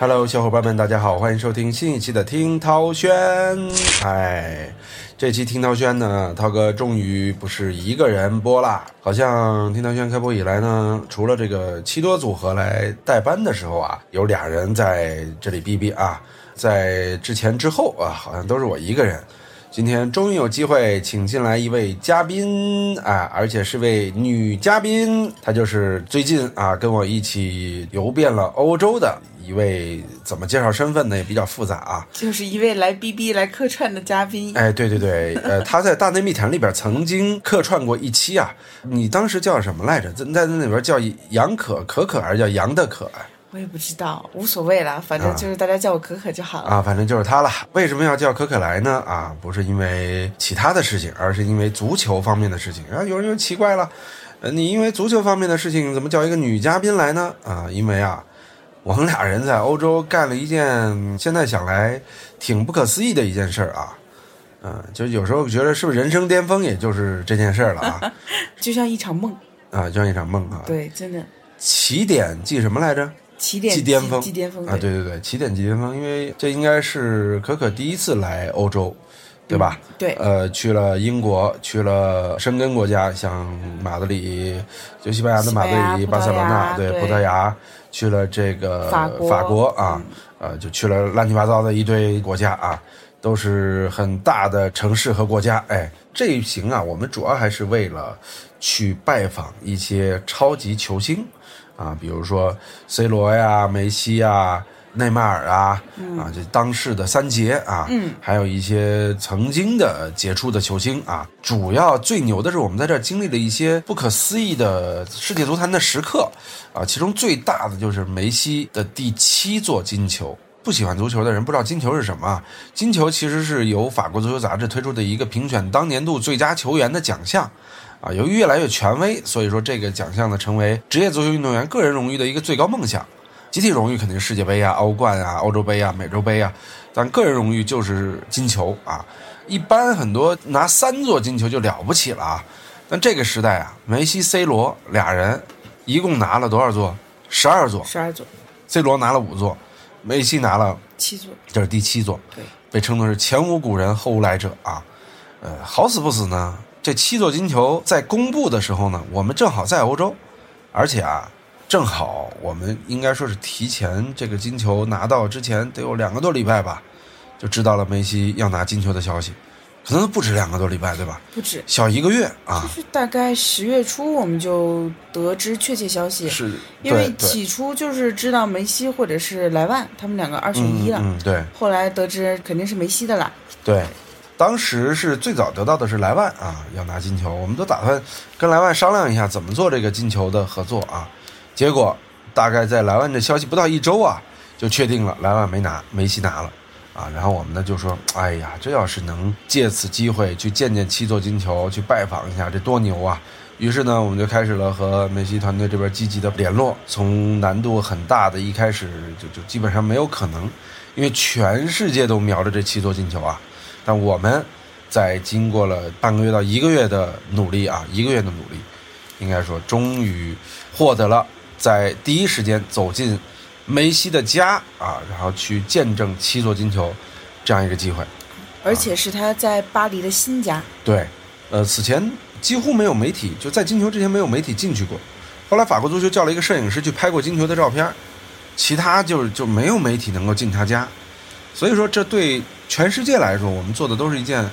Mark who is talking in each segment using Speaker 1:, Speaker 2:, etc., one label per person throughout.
Speaker 1: Hello，小伙伴们，大家好，欢迎收听新一期的听涛轩。哎，这期听涛轩呢，涛哥终于不是一个人播啦。好像听涛轩开播以来呢，除了这个七多组合来代班的时候啊，有俩人在这里哔哔啊，在之前之后啊，好像都是我一个人。今天终于有机会请进来一位嘉宾啊，而且是位女嘉宾，啊她就是最近啊跟我一起游遍了欧洲的一位，怎么介绍身份呢也比较复杂啊。
Speaker 2: 就是一位来 B B 来客串的嘉宾，
Speaker 1: 哎，对对对，呃，她在《大内密谈》里边曾经客串过一期啊。你当时叫什么来着？在在那里边叫杨可可可，还是叫杨的可啊？
Speaker 2: 我也不知道，无所谓啦，反正就是大家叫我可可就好了。
Speaker 1: 啊，反正就是他了。为什么要叫可可来呢？啊，不是因为其他的事情，而是因为足球方面的事情。啊，有人就奇怪了，呃，你因为足球方面的事情，怎么叫一个女嘉宾来呢？啊，因为啊，我们俩人在欧洲干了一件现在想来挺不可思议的一件事儿啊。嗯、就有时候觉得是不是人生巅峰，也就是这件事儿了啊
Speaker 2: 就像一场梦，
Speaker 1: 啊，就像一场梦啊。
Speaker 2: 对，真的
Speaker 1: 起点记什么来着？
Speaker 2: 起点
Speaker 1: 即巅峰
Speaker 2: 即巅峰
Speaker 1: 啊，对对对，起点即巅峰，因为这应该是可可第一次来欧洲，对吧？
Speaker 2: 嗯对
Speaker 1: 呃，去了英国，去了申根国家，像马德里，就西班牙的
Speaker 2: 西
Speaker 1: 马
Speaker 2: 班牙
Speaker 1: 德里、
Speaker 2: 葡萄
Speaker 1: 巴塞罗那，
Speaker 2: 牙
Speaker 1: 对，
Speaker 2: 对
Speaker 1: 葡萄牙，去了这个
Speaker 2: 法国嗯
Speaker 1: 啊，呃，就去了乱七八糟的一堆国家啊，都是很大的城市和国家。哎，这一行啊，我们主要还是为了去拜访一些超级球星啊，比如说 C 罗呀、梅西呀。内马尔啊，
Speaker 2: 嗯
Speaker 1: 啊，这当世的三杰啊，嗯，还有一些曾经的杰出的球星啊，主要最牛的是我们在这儿经历了一些不可思议的世界足坛的时刻，啊，其中最大的就是梅西的第七座金球。不喜欢足球的人不知道金球是什么啊。金球其实是由法国足球杂志推出的一个评选当年度最佳球员的奖项，啊，由于越来越权威，所以说这个奖项呢成为职业足球运动员个人荣誉的一个最高梦想。集体荣誉肯定是世界杯啊、欧冠啊、欧洲杯啊、美洲杯啊，但个人荣誉就是金球啊。一般很多拿三座金球就了不起了啊，但这个时代啊，梅西、C 罗俩人一共拿了多少座？十二座
Speaker 2: 十二座、
Speaker 1: ，C 罗拿了五座，梅西拿了
Speaker 2: 七座，
Speaker 1: 这是第七座，
Speaker 2: 对，
Speaker 1: 被称作是前无古人后无来者啊。呃，好死不死呢，这七座金球在公布的时候呢，我们正好在欧洲，而且啊，正好我们应该说是提前这个金球拿到之前得有两个多礼拜吧，就知道了梅西要拿金球的消息，可能都不止两个多礼拜对吧？
Speaker 2: 不止。
Speaker 1: 小一个月
Speaker 2: 就
Speaker 1: 啊，
Speaker 2: 是大概十月初，我们就得知确切消息，
Speaker 1: 是，
Speaker 2: 因
Speaker 1: 对
Speaker 2: 为
Speaker 1: 对，
Speaker 2: 起初就是知道梅西或者是莱万他们两个二选一了，
Speaker 1: 嗯嗯，啊对。
Speaker 2: 后来得知肯定是梅西的啦。
Speaker 1: 对，当时是最早得到的是莱万啊，要拿金球，我们都打算跟莱万商量一下怎么做这个金球的合作啊。结果大概在莱万这消息不到一周啊，就确定了莱万没拿，梅西拿了。啊，然后我们呢就说，哎呀，这要是能借此机会去见见七座金球，去拜访一下，这多牛啊！于是呢，我们就开始了和梅西团队这边积极的联络，从难度很大的一开始就就基本上没有可能，因为全世界都瞄着这七座金球啊。但我们在经过了半个月到一个月的努力啊，一个月的努力，应该说终于获得了在第一时间走进梅西的家啊，然后去见证七座金球这样一个机会。
Speaker 2: 而且是他在巴黎的新家，
Speaker 1: 对，呃，此前几乎没有媒体，就在金球之前没有媒体进去过。后来法国足球叫了一个摄影师去拍过金球的照片儿，其他就是就没有媒体能够进他家。所以说，这对全世界来说，我们做的都是一件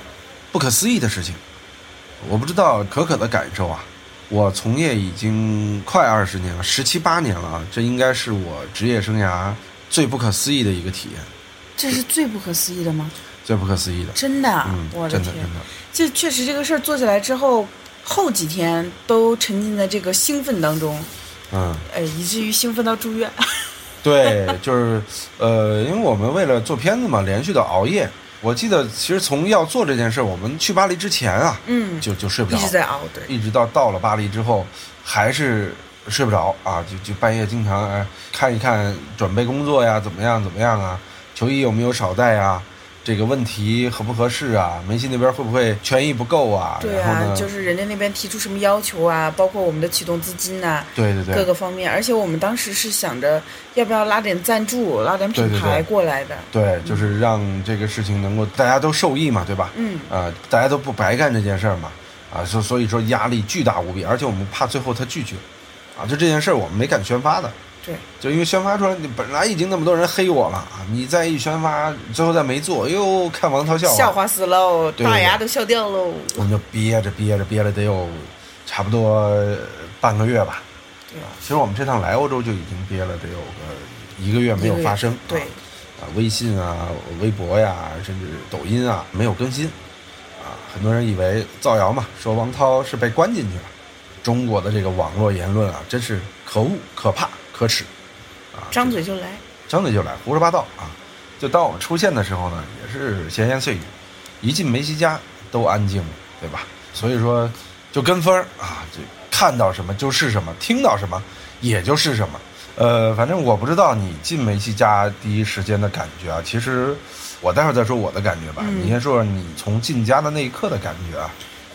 Speaker 1: 不可思议的事情。我不知道可可的感受啊，我从业已经快二十年了，十七八年了啊，这应该是我职业生涯最不可思议的一个体验，
Speaker 2: 这是最不可思议的吗？
Speaker 1: 最不可思议的。
Speaker 2: 真的啊，
Speaker 1: 嗯，
Speaker 2: 我的
Speaker 1: 真的
Speaker 2: 天
Speaker 1: 真！的。
Speaker 2: 这确实这个事儿做起来之后，后几天都沉浸在这个兴奋当中，
Speaker 1: 嗯，
Speaker 2: 呃，以至于兴奋到住 院。
Speaker 1: 对，就是呃，因为我们为了做片子嘛，连续的熬夜。我记得其实从要做这件事儿，我们去巴黎之前啊，
Speaker 2: 嗯，
Speaker 1: 就就睡不
Speaker 2: 一
Speaker 1: 着，
Speaker 2: 直在熬，对，
Speaker 1: 一直到到了巴黎之后，还是睡不着啊，就就半夜经常哎看一看准备工作呀，怎么样怎么样啊，球衣有没有少带呀，这个问题合不合适啊？梅西那边会不会权益不够啊？
Speaker 2: 对
Speaker 1: 然后
Speaker 2: 啊，
Speaker 1: 呢？
Speaker 2: 就是人家那边提出什么要求啊，包括我们的启动资金呐、
Speaker 1: 对对对，
Speaker 2: 各个方面。而且我们当时是想着要不要拉点赞助，拉点品
Speaker 1: 对对对
Speaker 2: 牌过来的。
Speaker 1: 对，就是让这个事情能够大家都受益嘛，对吧？
Speaker 2: 嗯，
Speaker 1: 啊，大家都不白干这件事儿嘛，啊，所所以说压力巨大无比，而且我们怕最后他拒绝，啊，就这件事儿我们没敢宣发的，
Speaker 2: 对，
Speaker 1: 就因为宣发出来，你本来已经那么多人黑我了，啊你再一宣发，最后再没做，又看王涛笑话，
Speaker 2: 笑话死喽，
Speaker 1: 对对对
Speaker 2: 大牙都笑掉喽。
Speaker 1: 我们就憋着憋着憋了得有差不多呃半个月吧，
Speaker 2: 对
Speaker 1: 啊，其实我们这趟来欧洲就已经憋了得有个一个月没有发声，
Speaker 2: 对
Speaker 1: 啊，啊，微信啊、微博呀、甚至抖音啊，没有更新，啊，很多人以为造谣嘛，说王涛是被关进去了。中国的这个网络言论啊，真是可恶、可怕、可耻，啊，
Speaker 2: 张嘴就来。
Speaker 1: 张嘴就来，胡说八道啊！就当我们出现的时候呢，也是闲言碎语，一进梅西家都安静了，对吧？所以说就跟风儿啊，就看到什么就是什么，听到什么也就是什么。呃，反正我不知道你进梅西家第一时间的感觉啊。其实我待会儿再说我的感觉吧，
Speaker 2: 嗯
Speaker 1: 你先说说你从进家的那一刻的感觉啊。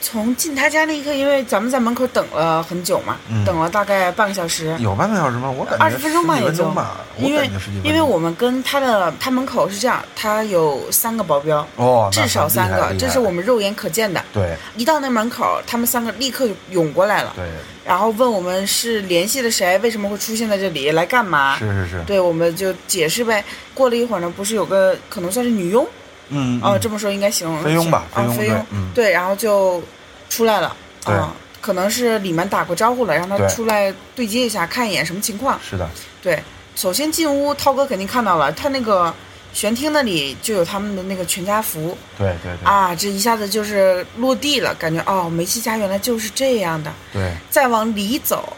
Speaker 2: 从进他家那一刻，因为咱们在门口等了很久嘛，
Speaker 1: 嗯
Speaker 2: 等了大概半个小时，
Speaker 1: 有半个小时吗？我感觉
Speaker 2: 20分钟吧
Speaker 1: 十几分钟
Speaker 2: 也就
Speaker 1: 吧，我
Speaker 2: 因为
Speaker 1: 感觉十几分钟。
Speaker 2: 因为我们跟他的他门口是这样，他有三个保镖，
Speaker 1: 哦，那
Speaker 2: 至少
Speaker 1: 很厉害
Speaker 2: 三个
Speaker 1: 厉，
Speaker 2: 这
Speaker 1: 害
Speaker 2: 是我们肉眼可见的。
Speaker 1: 对
Speaker 2: 一到那门口，他们三个立刻涌过来了，
Speaker 1: 对
Speaker 2: 然后问我们是联系的谁，为什么会出现在这里，来干嘛？
Speaker 1: 是是是，
Speaker 2: 对，我们就解释呗。过了一会儿呢，不是有个可能算是女佣
Speaker 1: 嗯
Speaker 2: 哦，
Speaker 1: 嗯
Speaker 2: 这么说应该形容
Speaker 1: 菲佣吧，
Speaker 2: 啊，
Speaker 1: 佣
Speaker 2: 菲佣
Speaker 1: 对，嗯，
Speaker 2: 对，然后就出来了，
Speaker 1: 对
Speaker 2: 啊，可能是里面打过招呼了，让他
Speaker 1: 对
Speaker 2: 出来对接一下，看一眼什么情况。
Speaker 1: 是的，
Speaker 2: 对，首先进屋，涛哥肯定看到了，他那个玄厅那里就有他们的那个全家福
Speaker 1: 对对对，
Speaker 2: 啊，这一下子就是落地了，感觉哦，梅西家原来就是这样的。
Speaker 1: 对
Speaker 2: 再往里走，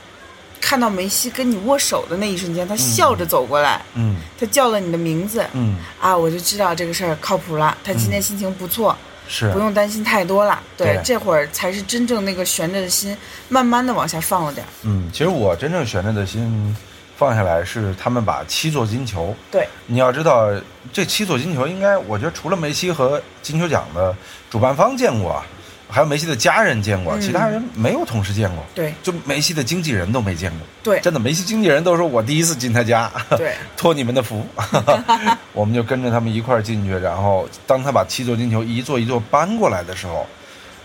Speaker 2: 看到梅西跟你握手的那一瞬间，他笑着走过来，
Speaker 1: 嗯
Speaker 2: 他叫了你的名字
Speaker 1: 嗯
Speaker 2: 啊，我就知道这个事儿靠谱了，他今天心情不错。
Speaker 1: 是
Speaker 2: 不，用担心太多了。对
Speaker 1: 嗯对，
Speaker 2: 这会儿才是真正那个悬着的心，慢慢的往下放了点儿。
Speaker 1: 嗯，其实我真正悬着的心放下来是他们把七座金球，
Speaker 2: 对，
Speaker 1: 你要知道这七座金球应该，我觉得除了梅西和金球奖的主办方见过啊，还有梅西的家人见过，
Speaker 2: 嗯
Speaker 1: 其他人没有同时见过，
Speaker 2: 对，
Speaker 1: 就梅西的经纪人都没见过，
Speaker 2: 对，
Speaker 1: 真的，梅西经纪人都说我第一次进他家，
Speaker 2: 对，
Speaker 1: 托你们的福， 我们就跟着他们一块儿进去。然后当他把七座金球一座一座搬过来的时候，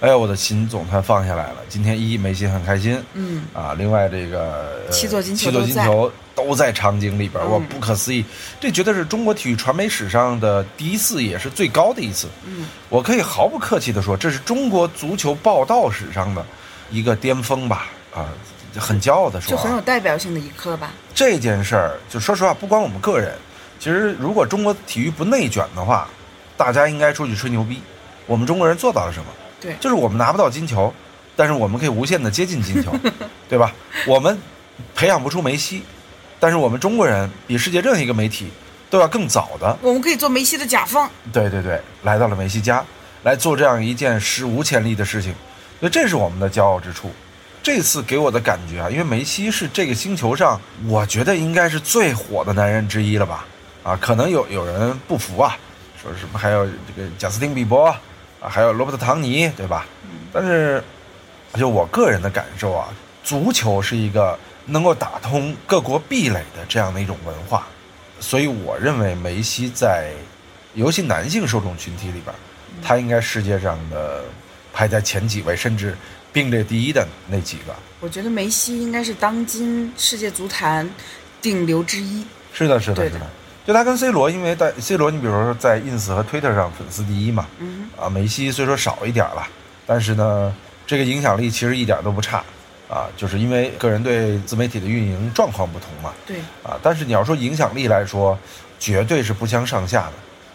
Speaker 1: 哎呦，我的心总算放下来了。今天一梅西很开心
Speaker 2: 嗯，
Speaker 1: 啊，另外这个、呃
Speaker 2: 七座金球
Speaker 1: 七座
Speaker 2: 都
Speaker 1: 金
Speaker 2: 在
Speaker 1: 球都在场景里边，
Speaker 2: 嗯
Speaker 1: 我不可思议，这绝对是中国体育传媒史上的第一次，也是最高的一次。
Speaker 2: 嗯，
Speaker 1: 我可以毫不客气地说，这是中国足球报道史上的一个巅峰吧，啊。很骄傲的说、
Speaker 2: 就
Speaker 1: 啊，
Speaker 2: 很有代表性的一刻吧。
Speaker 1: 这件事儿，就说实话，不光我们个人，其实如果中国体育不内卷的话，大家应该出去吹牛逼。我们中国人做到了什么？
Speaker 2: 对
Speaker 1: 就是我们拿不到金球，但是我们可以无限的接近金球，对吧？我们培养不出梅西，但是我们中国人比世界任何一个媒体都要更早的，
Speaker 2: 我们可以做梅西的甲方，
Speaker 1: 对对对，来到了梅西家，来做这样一件史无前例的事情，所以这是我们的骄傲之处。这次给我的感觉啊，因为梅西是这个星球上，我觉得应该是最火的男人之一了吧？啊，可能有有人不服啊，说什么还有这个贾斯汀·比伯啊，还有罗伯特·唐尼，对吧？但是，就我个人的感受啊，足球是一个能够打通各国壁垒的这样的一种文化，所以我认为梅西在尤其男性受众群体里边，他应该世界上的排在前几位，甚至并列第一的那几个。
Speaker 2: 我觉得梅西应该是当今世界足坛顶流之一。
Speaker 1: 是的，是的，
Speaker 2: 对
Speaker 1: 是
Speaker 2: 的
Speaker 1: 的。就他跟 C 罗，因为在 C 罗，你比如说在 ins 和 Twitter 上粉丝第一嘛，
Speaker 2: 嗯
Speaker 1: 啊，梅西虽说少一点儿了，但是呢，这个影响力其实一点儿都不差，啊，就是因为个人对自媒体的运营状况不同嘛，
Speaker 2: 哼，对，
Speaker 1: 啊，但是你要说影响力来说，绝对是不相上下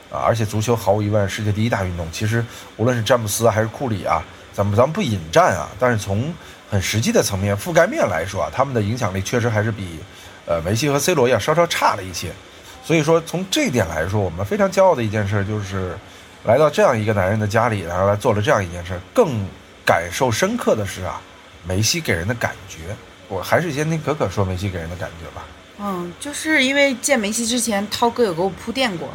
Speaker 1: 的，啊，而且足球毫无疑问世界第一大运动。其实无论是詹姆斯啊还是库里啊，咱们咱们不引战啊，但是从很实际的层面覆盖面来说啊，他们的影响力确实还是比呃梅西和 C 罗要稍稍差了一些。所以说从这一点来说，我们非常骄傲的一件事就是，来到这样一个男人的家里，然后来做了这样一件事，更感受深刻的是啊，梅西给人的感觉。我还是先听可可说梅西给人的感觉吧。
Speaker 2: 嗯，就是因为见梅西之前，涛哥有给我铺垫过，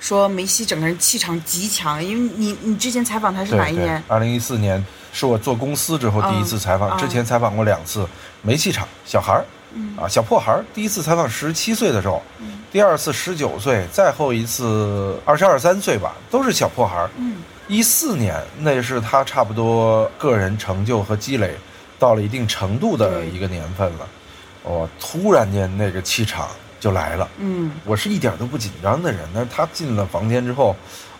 Speaker 2: 说梅西整个人气场极强，因为你你之前采访他是哪一年？
Speaker 1: 二零一四年是我做公司之后第一次采访，
Speaker 2: 嗯嗯嗯
Speaker 1: 之前采访过两次，没气场，小孩儿，啊，小破孩儿。第一次采访十七岁的时候，第二次十九岁，再后一次二十二三岁吧，都是小破孩儿。
Speaker 2: 嗯
Speaker 1: 一四年那是他差不多个人成就和积累到了一定程度的
Speaker 2: 对
Speaker 1: 一个年份了，哦，突然间那个气场就来了。
Speaker 2: 嗯
Speaker 1: 我是一点都不紧张的人，但是他进了房间之后，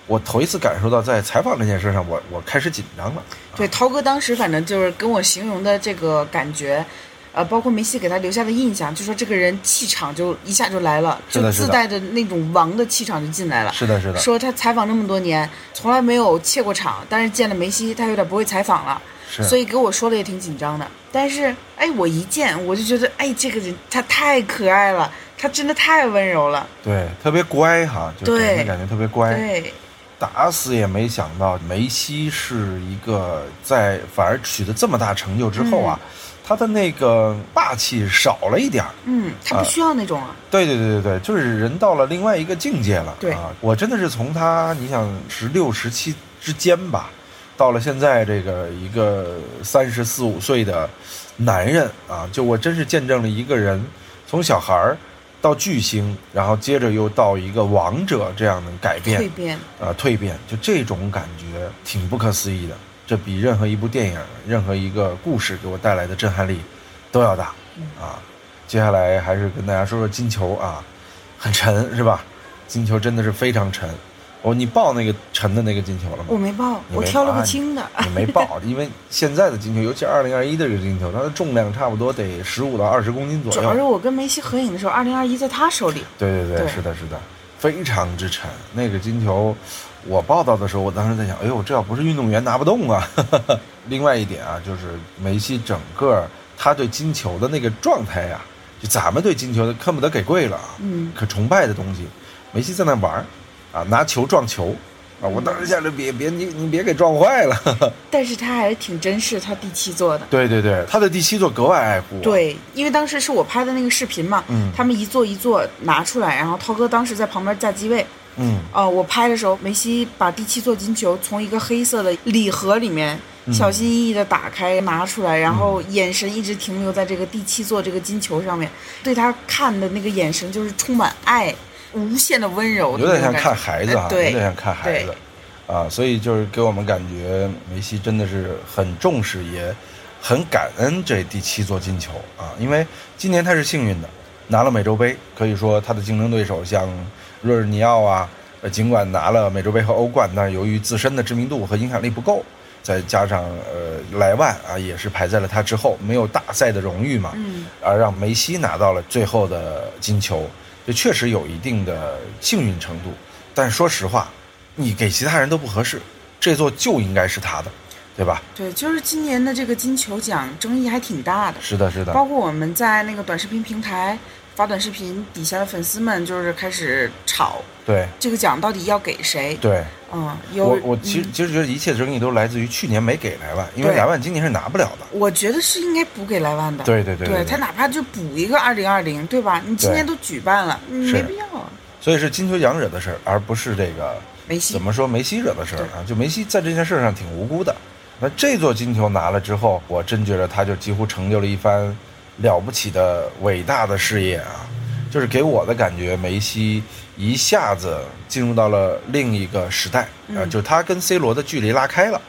Speaker 1: 我头一次感受到在采访这件事上，我我开始紧张了。
Speaker 2: 对，涛哥当时反正就是跟我形容的这个感觉，呃，包括梅西给他留下的印象，就说这个人气场就一下就来了，
Speaker 1: 是
Speaker 2: 就
Speaker 1: 的是的
Speaker 2: 自带着那种王的气场就进来了。
Speaker 1: 是的，是的，
Speaker 2: 啊说他采访这么多年，从来没有怯过场，但是见了梅西，他有点不会采访了，
Speaker 1: 是
Speaker 2: 所以给我说的也挺紧张的。但是，哎，我一见我就觉得，哎，这个人他太可爱了，他真的太温柔了。
Speaker 1: 对，特别乖哈，就
Speaker 2: 对
Speaker 1: 给人感觉特别乖。
Speaker 2: 对，
Speaker 1: 打死也没想到梅西是一个在反而取得这么大成就之后啊，他的那个霸气少了一点儿。
Speaker 2: 嗯，他不需要那种啊，
Speaker 1: 对对对对对，就是人到了另外一个境界了。
Speaker 2: 对
Speaker 1: 啊，我真的是从他，你想十六、十七之间吧，到了现在这个一个三十四五岁的男人啊，就我真是见证了一个人从小孩儿到巨星，然后接着又到一个王者这样的改变
Speaker 2: 蜕变。
Speaker 1: 啊、蜕变，就这种感觉挺不可思议的。这比任何一部电影、任何一个故事给我带来的震撼力都要大啊！接下来还是跟大家说说金球啊，很沉是吧？金球真的是非常沉。哦，你抱那个沉的那个金球了
Speaker 2: 我
Speaker 1: 吗？
Speaker 2: 没报，
Speaker 1: 你没
Speaker 2: 我挑了
Speaker 1: 报啊
Speaker 2: 个轻的。
Speaker 1: 你没抱，因为现在的金球，尤其二零二一的这个金球，它的重量差不多得十五到二十公斤左
Speaker 2: 主要是
Speaker 1: 右。
Speaker 2: 我跟梅西合影的时候，二零二一在他手里。
Speaker 1: 对对对，
Speaker 2: 对
Speaker 1: 是的，是的，非常之沉。那个金球，我报道的时候，我当时在想，哎呦，这要不是运动员拿不动啊。 另外一点啊，就是梅西整个他对金球的那个状态呀、就咱们对金球的恨不得给跪了啊，
Speaker 2: 嗯
Speaker 1: 可崇拜的东西。梅西在那玩儿啊，拿球撞球啊，我当时想着别别你你别给撞坏了。
Speaker 2: 但是他还是挺珍视他第七座的。
Speaker 1: 对对对，他的第七座格外爱护、，啊
Speaker 2: 对，因为当时是我拍的那个视频嘛，
Speaker 1: 嗯
Speaker 2: 他们一座一座拿出来，然后涛哥当时在旁边架机位，
Speaker 1: 嗯，
Speaker 2: 呃，我拍的时候，梅西把第七座金球从一个黑色的礼盒里面
Speaker 1: 嗯
Speaker 2: 小心翼翼地打开拿出来，然后眼神一直停留在这个第七座这个金球上面，对他看的那个眼神就是充满爱、无限的温柔的
Speaker 1: 有
Speaker 2: 那
Speaker 1: 点像
Speaker 2: 种感觉，
Speaker 1: 看孩子啊，
Speaker 2: 哎
Speaker 1: 有
Speaker 2: 对
Speaker 1: 点像看孩子啊，所以就是给我们感觉梅西真的是很重视，也很感恩这第七座金球啊，因为今年他是幸运的，拿了美洲杯，可以说他的竞争对手像若日尼奥啊，呃，尽管拿了美洲杯和欧冠，但是由于自身的知名度和影响力不够。再加上呃莱万啊，也是排在了他之后，没有大赛的荣誉嘛，
Speaker 2: 嗯，
Speaker 1: 而让梅西拿到了最后的金球，这确实有一定的幸运程度。但说实话，你给其他人都不合适，这座就应该是他的，对吧？
Speaker 2: 对，就是今年的这个金球奖争议还挺大的，
Speaker 1: 是的，是的，
Speaker 2: 包括我们在那个短视频平台发短视频，底下的粉丝们就是开始吵
Speaker 1: 对
Speaker 2: 这个奖到底要给谁，
Speaker 1: 对。
Speaker 2: 嗯，有
Speaker 1: 我我其
Speaker 2: 嗯
Speaker 1: 实其实觉得一切争议都来自于去年没给莱万，因为
Speaker 2: 对
Speaker 1: 莱万今年是拿不了的。
Speaker 2: 我觉得是应该补给莱万的。
Speaker 1: 对对对对
Speaker 2: 他哪怕就补一个二零二零，对吧？你今
Speaker 1: 对
Speaker 2: 年都举办了，嗯
Speaker 1: 是
Speaker 2: 没必要啊。
Speaker 1: 所以是金球奖惹的事儿，而不是这个
Speaker 2: 梅西
Speaker 1: 怎么说梅西惹的事儿啊？就梅西在这件事上挺无辜的。那这座金球拿了之后，我真觉得他就几乎成就了一番了不起的伟大的事业啊！就是给我的感觉，梅西一下子进入到了另一个时代啊，
Speaker 2: 嗯
Speaker 1: 就他跟 C 罗的距离拉开了，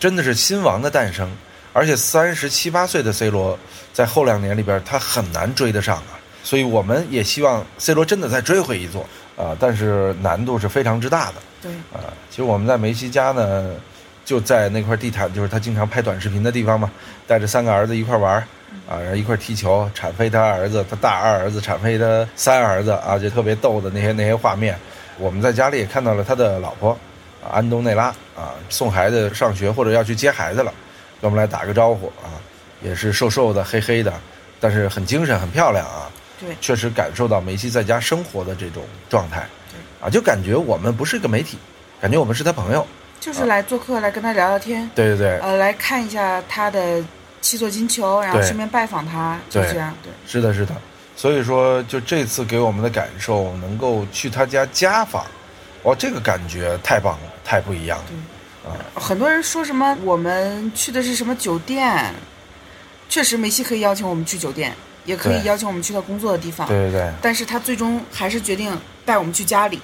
Speaker 1: 真的是新王的诞生。而且三十七八岁的 C 罗，在后两年里边他很难追得上啊，所以我们也希望 C 罗真的再追回一座啊、但是难度是非常之大的。
Speaker 2: 对，
Speaker 1: 啊，其实我们在梅西家呢，就在那块地毯，就是他经常拍短视频的地方嘛，带着三个儿子一块玩儿啊，然后一块踢球，铲飞他儿子，他大二儿子铲飞他三儿子啊，就特别逗的那些那些画面。我们在家里也看到了他的老婆、啊、安东内拉啊，送孩子上学或者要去接孩子了，跟我们来打个招呼啊，也是瘦瘦的、黑黑的，啊但是很精神、很漂亮啊。
Speaker 2: 对
Speaker 1: 确实感受到梅西在家生活的这种状态
Speaker 2: 对，
Speaker 1: 啊，就感觉我们不是个媒体，感觉我们是他朋友。啊
Speaker 2: 就是来做客，来跟他聊聊天，
Speaker 1: 对对对，
Speaker 2: 呃，来看一下他的七座金球，然后
Speaker 1: 对
Speaker 2: 顺便拜访他，就
Speaker 1: 对
Speaker 2: 这样。对，
Speaker 1: 是的，是的。所以说，就这次给我们的感受，能够去他家家访，哇，这个感觉太棒了，太不一样了。
Speaker 2: 很多人说什么我们去的是什么酒店，确实梅西可以邀请我们去酒店，也可以
Speaker 1: 对
Speaker 2: 邀请我们去他工作的地方，
Speaker 1: 对对对
Speaker 2: 但是他最终还是决定带我们去家里。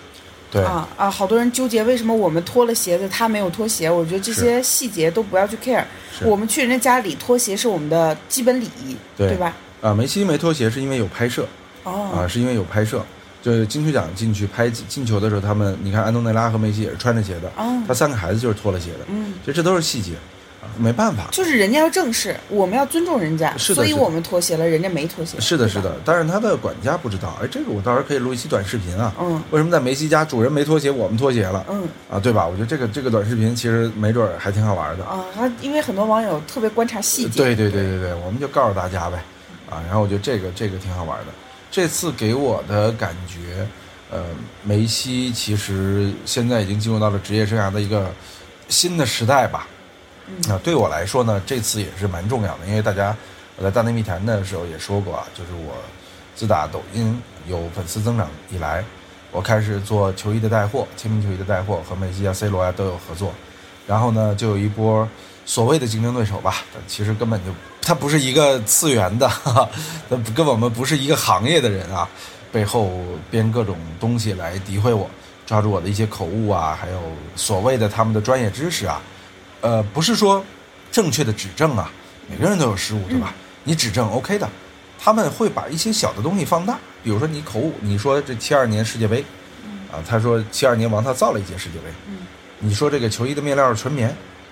Speaker 1: 对，
Speaker 2: 啊啊！好多人纠结为什么我们脱了鞋子，他没有脱鞋。我觉得这些细节都不要去 care。
Speaker 1: 是
Speaker 2: 我们去人家家里脱鞋是我们的基本礼仪，
Speaker 1: 对
Speaker 2: 吧？
Speaker 1: 啊，梅西没脱鞋是因为有拍摄啊，
Speaker 2: 哦，
Speaker 1: 是因为有拍摄。就是金球奖进去拍进球的时候，他们你看安东内拉和梅西也是穿着鞋的，
Speaker 2: 哦
Speaker 1: 他三个孩子就是脱了鞋的，
Speaker 2: 嗯，
Speaker 1: 其实这都是细节，啊没办法。
Speaker 2: 就是人家要正式，我们要尊重人家，
Speaker 1: 是的
Speaker 2: 所以
Speaker 1: 是的
Speaker 2: 我们脱鞋了，人家没脱鞋。
Speaker 1: 是的，
Speaker 2: 对吧
Speaker 1: 是。的，但是他的管家不知道，哎，这个我到时候可以录一期短视频啊。
Speaker 2: 嗯
Speaker 1: 为什么在梅西家主人没脱鞋，我们脱鞋了？
Speaker 2: 嗯
Speaker 1: 啊，对吧？我觉得这个这个短视频其实没准儿还挺好玩的。
Speaker 2: 啊，他因为很多网友特别观察细节，
Speaker 1: 对对对对对，我们就告诉大家呗，啊，然后我觉得这个这个挺好玩的。这次给我的感觉，呃，梅西其实现在已经进入到了职业生涯的一个新的时代吧。
Speaker 2: 嗯
Speaker 1: 那、对我来说呢，这次也是蛮重要的，因为大家我在大内密谈的时候也说过啊，就是我自打抖音有粉丝增长以来，我开始做球衣的带货，签名球衣的带货和梅西啊、C 罗啊都有合作。然后呢，就有一波所谓的竞争对手吧，但其实根本就他不是一个次元的， 哈哈，那不跟我们不是一个行业的人啊，背后编各种东西来诋毁我，抓住我的一些口误啊，还有所谓的他们的专业知识啊，呃，不是说正确的指正啊，每个人都有失误，对吧？你指正 OK 的，他们会把一些小的东西放大，比如说你口误，你说这七二年世界杯，啊，他说七二年王涛造了一届世界杯，
Speaker 2: 嗯
Speaker 1: 你说这个球衣的面料是纯棉，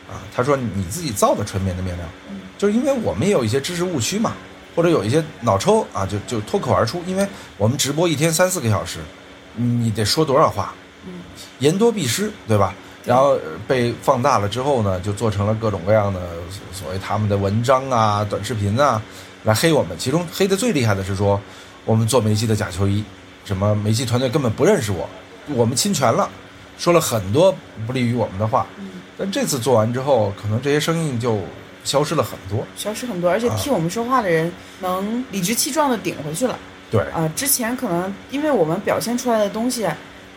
Speaker 1: 啊，他说你自己造的纯棉的面料
Speaker 2: 嗯，
Speaker 1: 就是因为我们也有一些知识误区嘛，或者有一些脑抽啊，就就脱口而出，因为我们直播一天三四个小时，你得说多少话，
Speaker 2: 嗯，
Speaker 1: 言多必失，对吧？
Speaker 2: 对
Speaker 1: 然后呃被放大了之后呢，就做成了各种各样的所所谓他们的文章啊、短视频啊，来黑我们。其中黑的最厉害的是说，我们做梅西的假球衣，什么梅西团队根本不认识我，我们侵权了，说了很多不利于我们的话。
Speaker 2: 嗯，
Speaker 1: 但这次做完之后，可能这些声音就消失了很多。
Speaker 2: 消失很多，而且
Speaker 1: 啊
Speaker 2: 替我们说话的人能理直气壮的顶回去了。
Speaker 1: 对，
Speaker 2: 啊、之前可能因为我们表现出来的东西，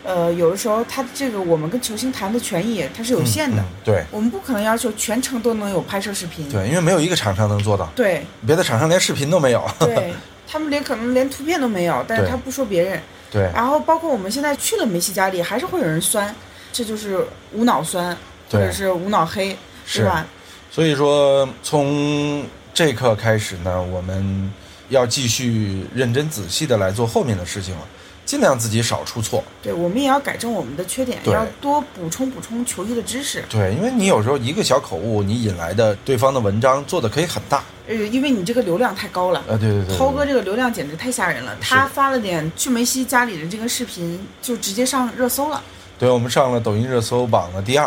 Speaker 2: 呃，有的时候他这个我们跟球星谈的权益它是有限的，
Speaker 1: 嗯嗯对
Speaker 2: 我们不可能要求全程都能有拍摄视频。
Speaker 1: 对，因为没有一个厂商能做到，
Speaker 2: 对
Speaker 1: 别的厂商连视频都没有。
Speaker 2: 对他们连可能连图片都没有，但是
Speaker 1: 对
Speaker 2: 他不说别人。
Speaker 1: 对，
Speaker 2: 然后包括我们现在去了梅西家里，还是会有人酸，这就是无脑酸，或
Speaker 1: 对
Speaker 2: 者是无脑黑，
Speaker 1: 是
Speaker 2: 对吧？
Speaker 1: 所以说，从这一刻开始呢，我们要继续认真仔细的来做后面的事情了，尽量自己少出错。
Speaker 2: 对，我们也要改正我们的缺点，
Speaker 1: 对
Speaker 2: 要多补充补充球衣的知识。
Speaker 1: 对，因为你有时候一个小口误，你引来的对方的文章做的可以很大。
Speaker 2: 呃，因为你这个流量太高了。
Speaker 1: 呃，对对对对
Speaker 2: 涛哥这个流量简直太吓人了，
Speaker 1: 是的
Speaker 2: 他发了点去梅西家里的这个视频，就直接上热搜了。
Speaker 1: 对我们上了抖音热搜榜的第二，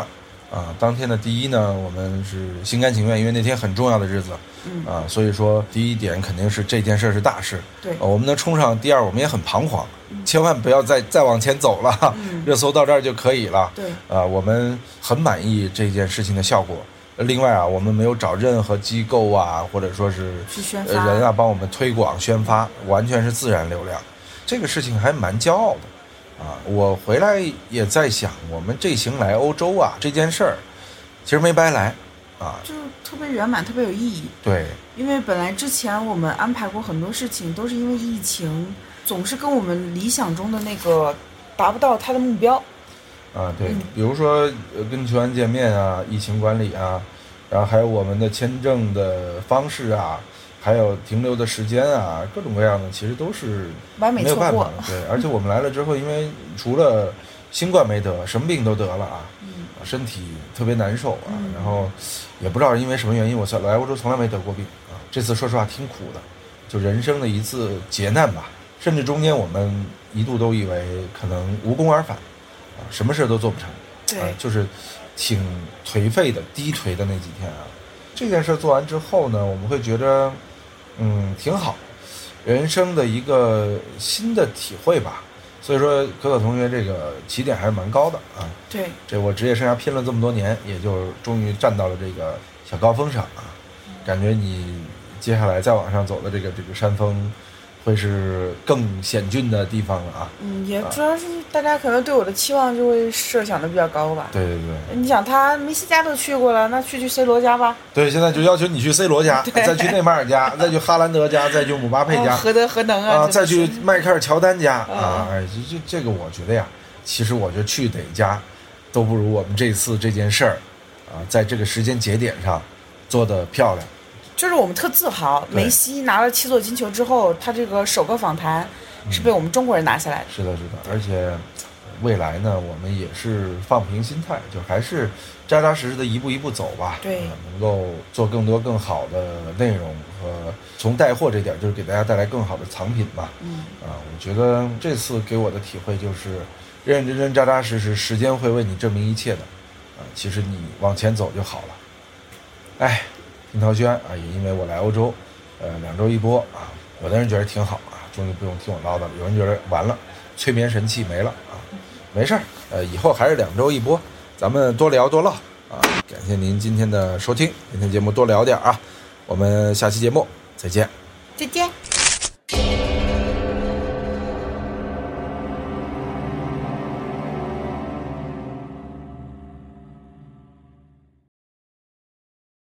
Speaker 1: 啊，当天的第一呢，我们是心甘情愿，因为那天很重要的日子，
Speaker 2: 嗯
Speaker 1: 啊，所以说第一点肯定是这件事儿是大事，
Speaker 2: 对
Speaker 1: 啊我们能冲上第二，我们也很彷徨，千万不要再再往前走了，
Speaker 2: 嗯
Speaker 1: 热搜到这儿就可以了，
Speaker 2: 对，
Speaker 1: 啊，我们很满意这件事情的效果。另外啊，我们没有找任何机构啊，或者说是
Speaker 2: 去宣
Speaker 1: 呃
Speaker 2: 发
Speaker 1: 人啊帮我们推广宣发，完全是自然流量，这个事情还蛮骄傲的啊！我回来也在想，我们这行来欧洲啊这件事儿，其实没白来啊。
Speaker 2: 就是特别圆满，特别有意义。
Speaker 1: 对
Speaker 2: 因为本来之前我们安排过很多事情，都是因为疫情，总是跟我们理想中的那个达不到他的目标。
Speaker 1: 啊，对
Speaker 2: 嗯，
Speaker 1: 比如说呃跟球员见面啊，疫情管理啊，然后还有我们的签证的方式啊，还有停留的时间啊，各种各样的，其实都是
Speaker 2: 完美
Speaker 1: 没有
Speaker 2: 错
Speaker 1: 办法
Speaker 2: 过
Speaker 1: 了，。对，而且我们来了之后，因为除了新冠没得，什么病都得了啊，
Speaker 2: 嗯
Speaker 1: 身体特别难受啊，
Speaker 2: 嗯
Speaker 1: 然后也不知道是因为什么原因，我从来欧洲从来没得过病啊，这次说实话挺苦的，就人生的一次劫难吧，甚至中间我们一度都以为可能无功而返，啊，什么事都做不成，
Speaker 2: 对
Speaker 1: 啊，就是挺颓废的、低颓的那几天啊。这件事做完之后呢，我们会觉得，嗯，挺好，人生的一个新的体会吧。所以说，可可同学这个起点还是蛮高的啊。
Speaker 2: 对，
Speaker 1: 这我职业生涯拼了这么多年，也就终于站到了这个小高峰上啊。感觉你接下来再往上走的这个这个山峰，会是更险峻的地方了啊。
Speaker 2: 嗯，也主要是大家可能对我的期望就会设想的比较高吧。
Speaker 1: 对对对。
Speaker 2: 你想他梅西家都去过了，那去去 C 罗家吧。
Speaker 1: 对，现在就要求你去 C 罗家，再去内马尔家，再去哈兰德家，再去姆巴佩家，
Speaker 2: 哦、何德何能啊！
Speaker 1: 啊，再去迈克尔乔丹家
Speaker 2: 哦
Speaker 1: 啊！哎，这这这个我觉得呀，其实我觉得去哪家都不如我们这次这件事儿啊，在这个时间节点上做的漂亮。
Speaker 2: 就是我们特自豪，
Speaker 1: 对
Speaker 2: 梅西拿了七座金球之后，他这个首个访谈是被我们中国人拿下来的。
Speaker 1: 是的，是的，而且未来呢，我们也是放平心态，就还是扎扎实实的一步一步走吧。
Speaker 2: 对
Speaker 1: 呃能够做更多更好的内容和从带货这点，就是给大家带来更好的藏品吧。
Speaker 2: 嗯，
Speaker 1: 啊，我觉得这次给我的体会就是，认认真真、扎扎实实，时间会为你证明一切的。啊，其实你往前走就好了。哎，樱桃轩啊，也因为我来欧洲，呃，两周一播啊，有的人觉得挺好啊，终于不用听我唠叨了；有人觉得完了，催眠神器没了啊，没事儿，呃，以后还是两周一播，咱们多聊多唠啊。感谢您今天的收听，今天节目多聊点儿啊，我们下期节目再见。
Speaker 2: 再见。
Speaker 3: 「君の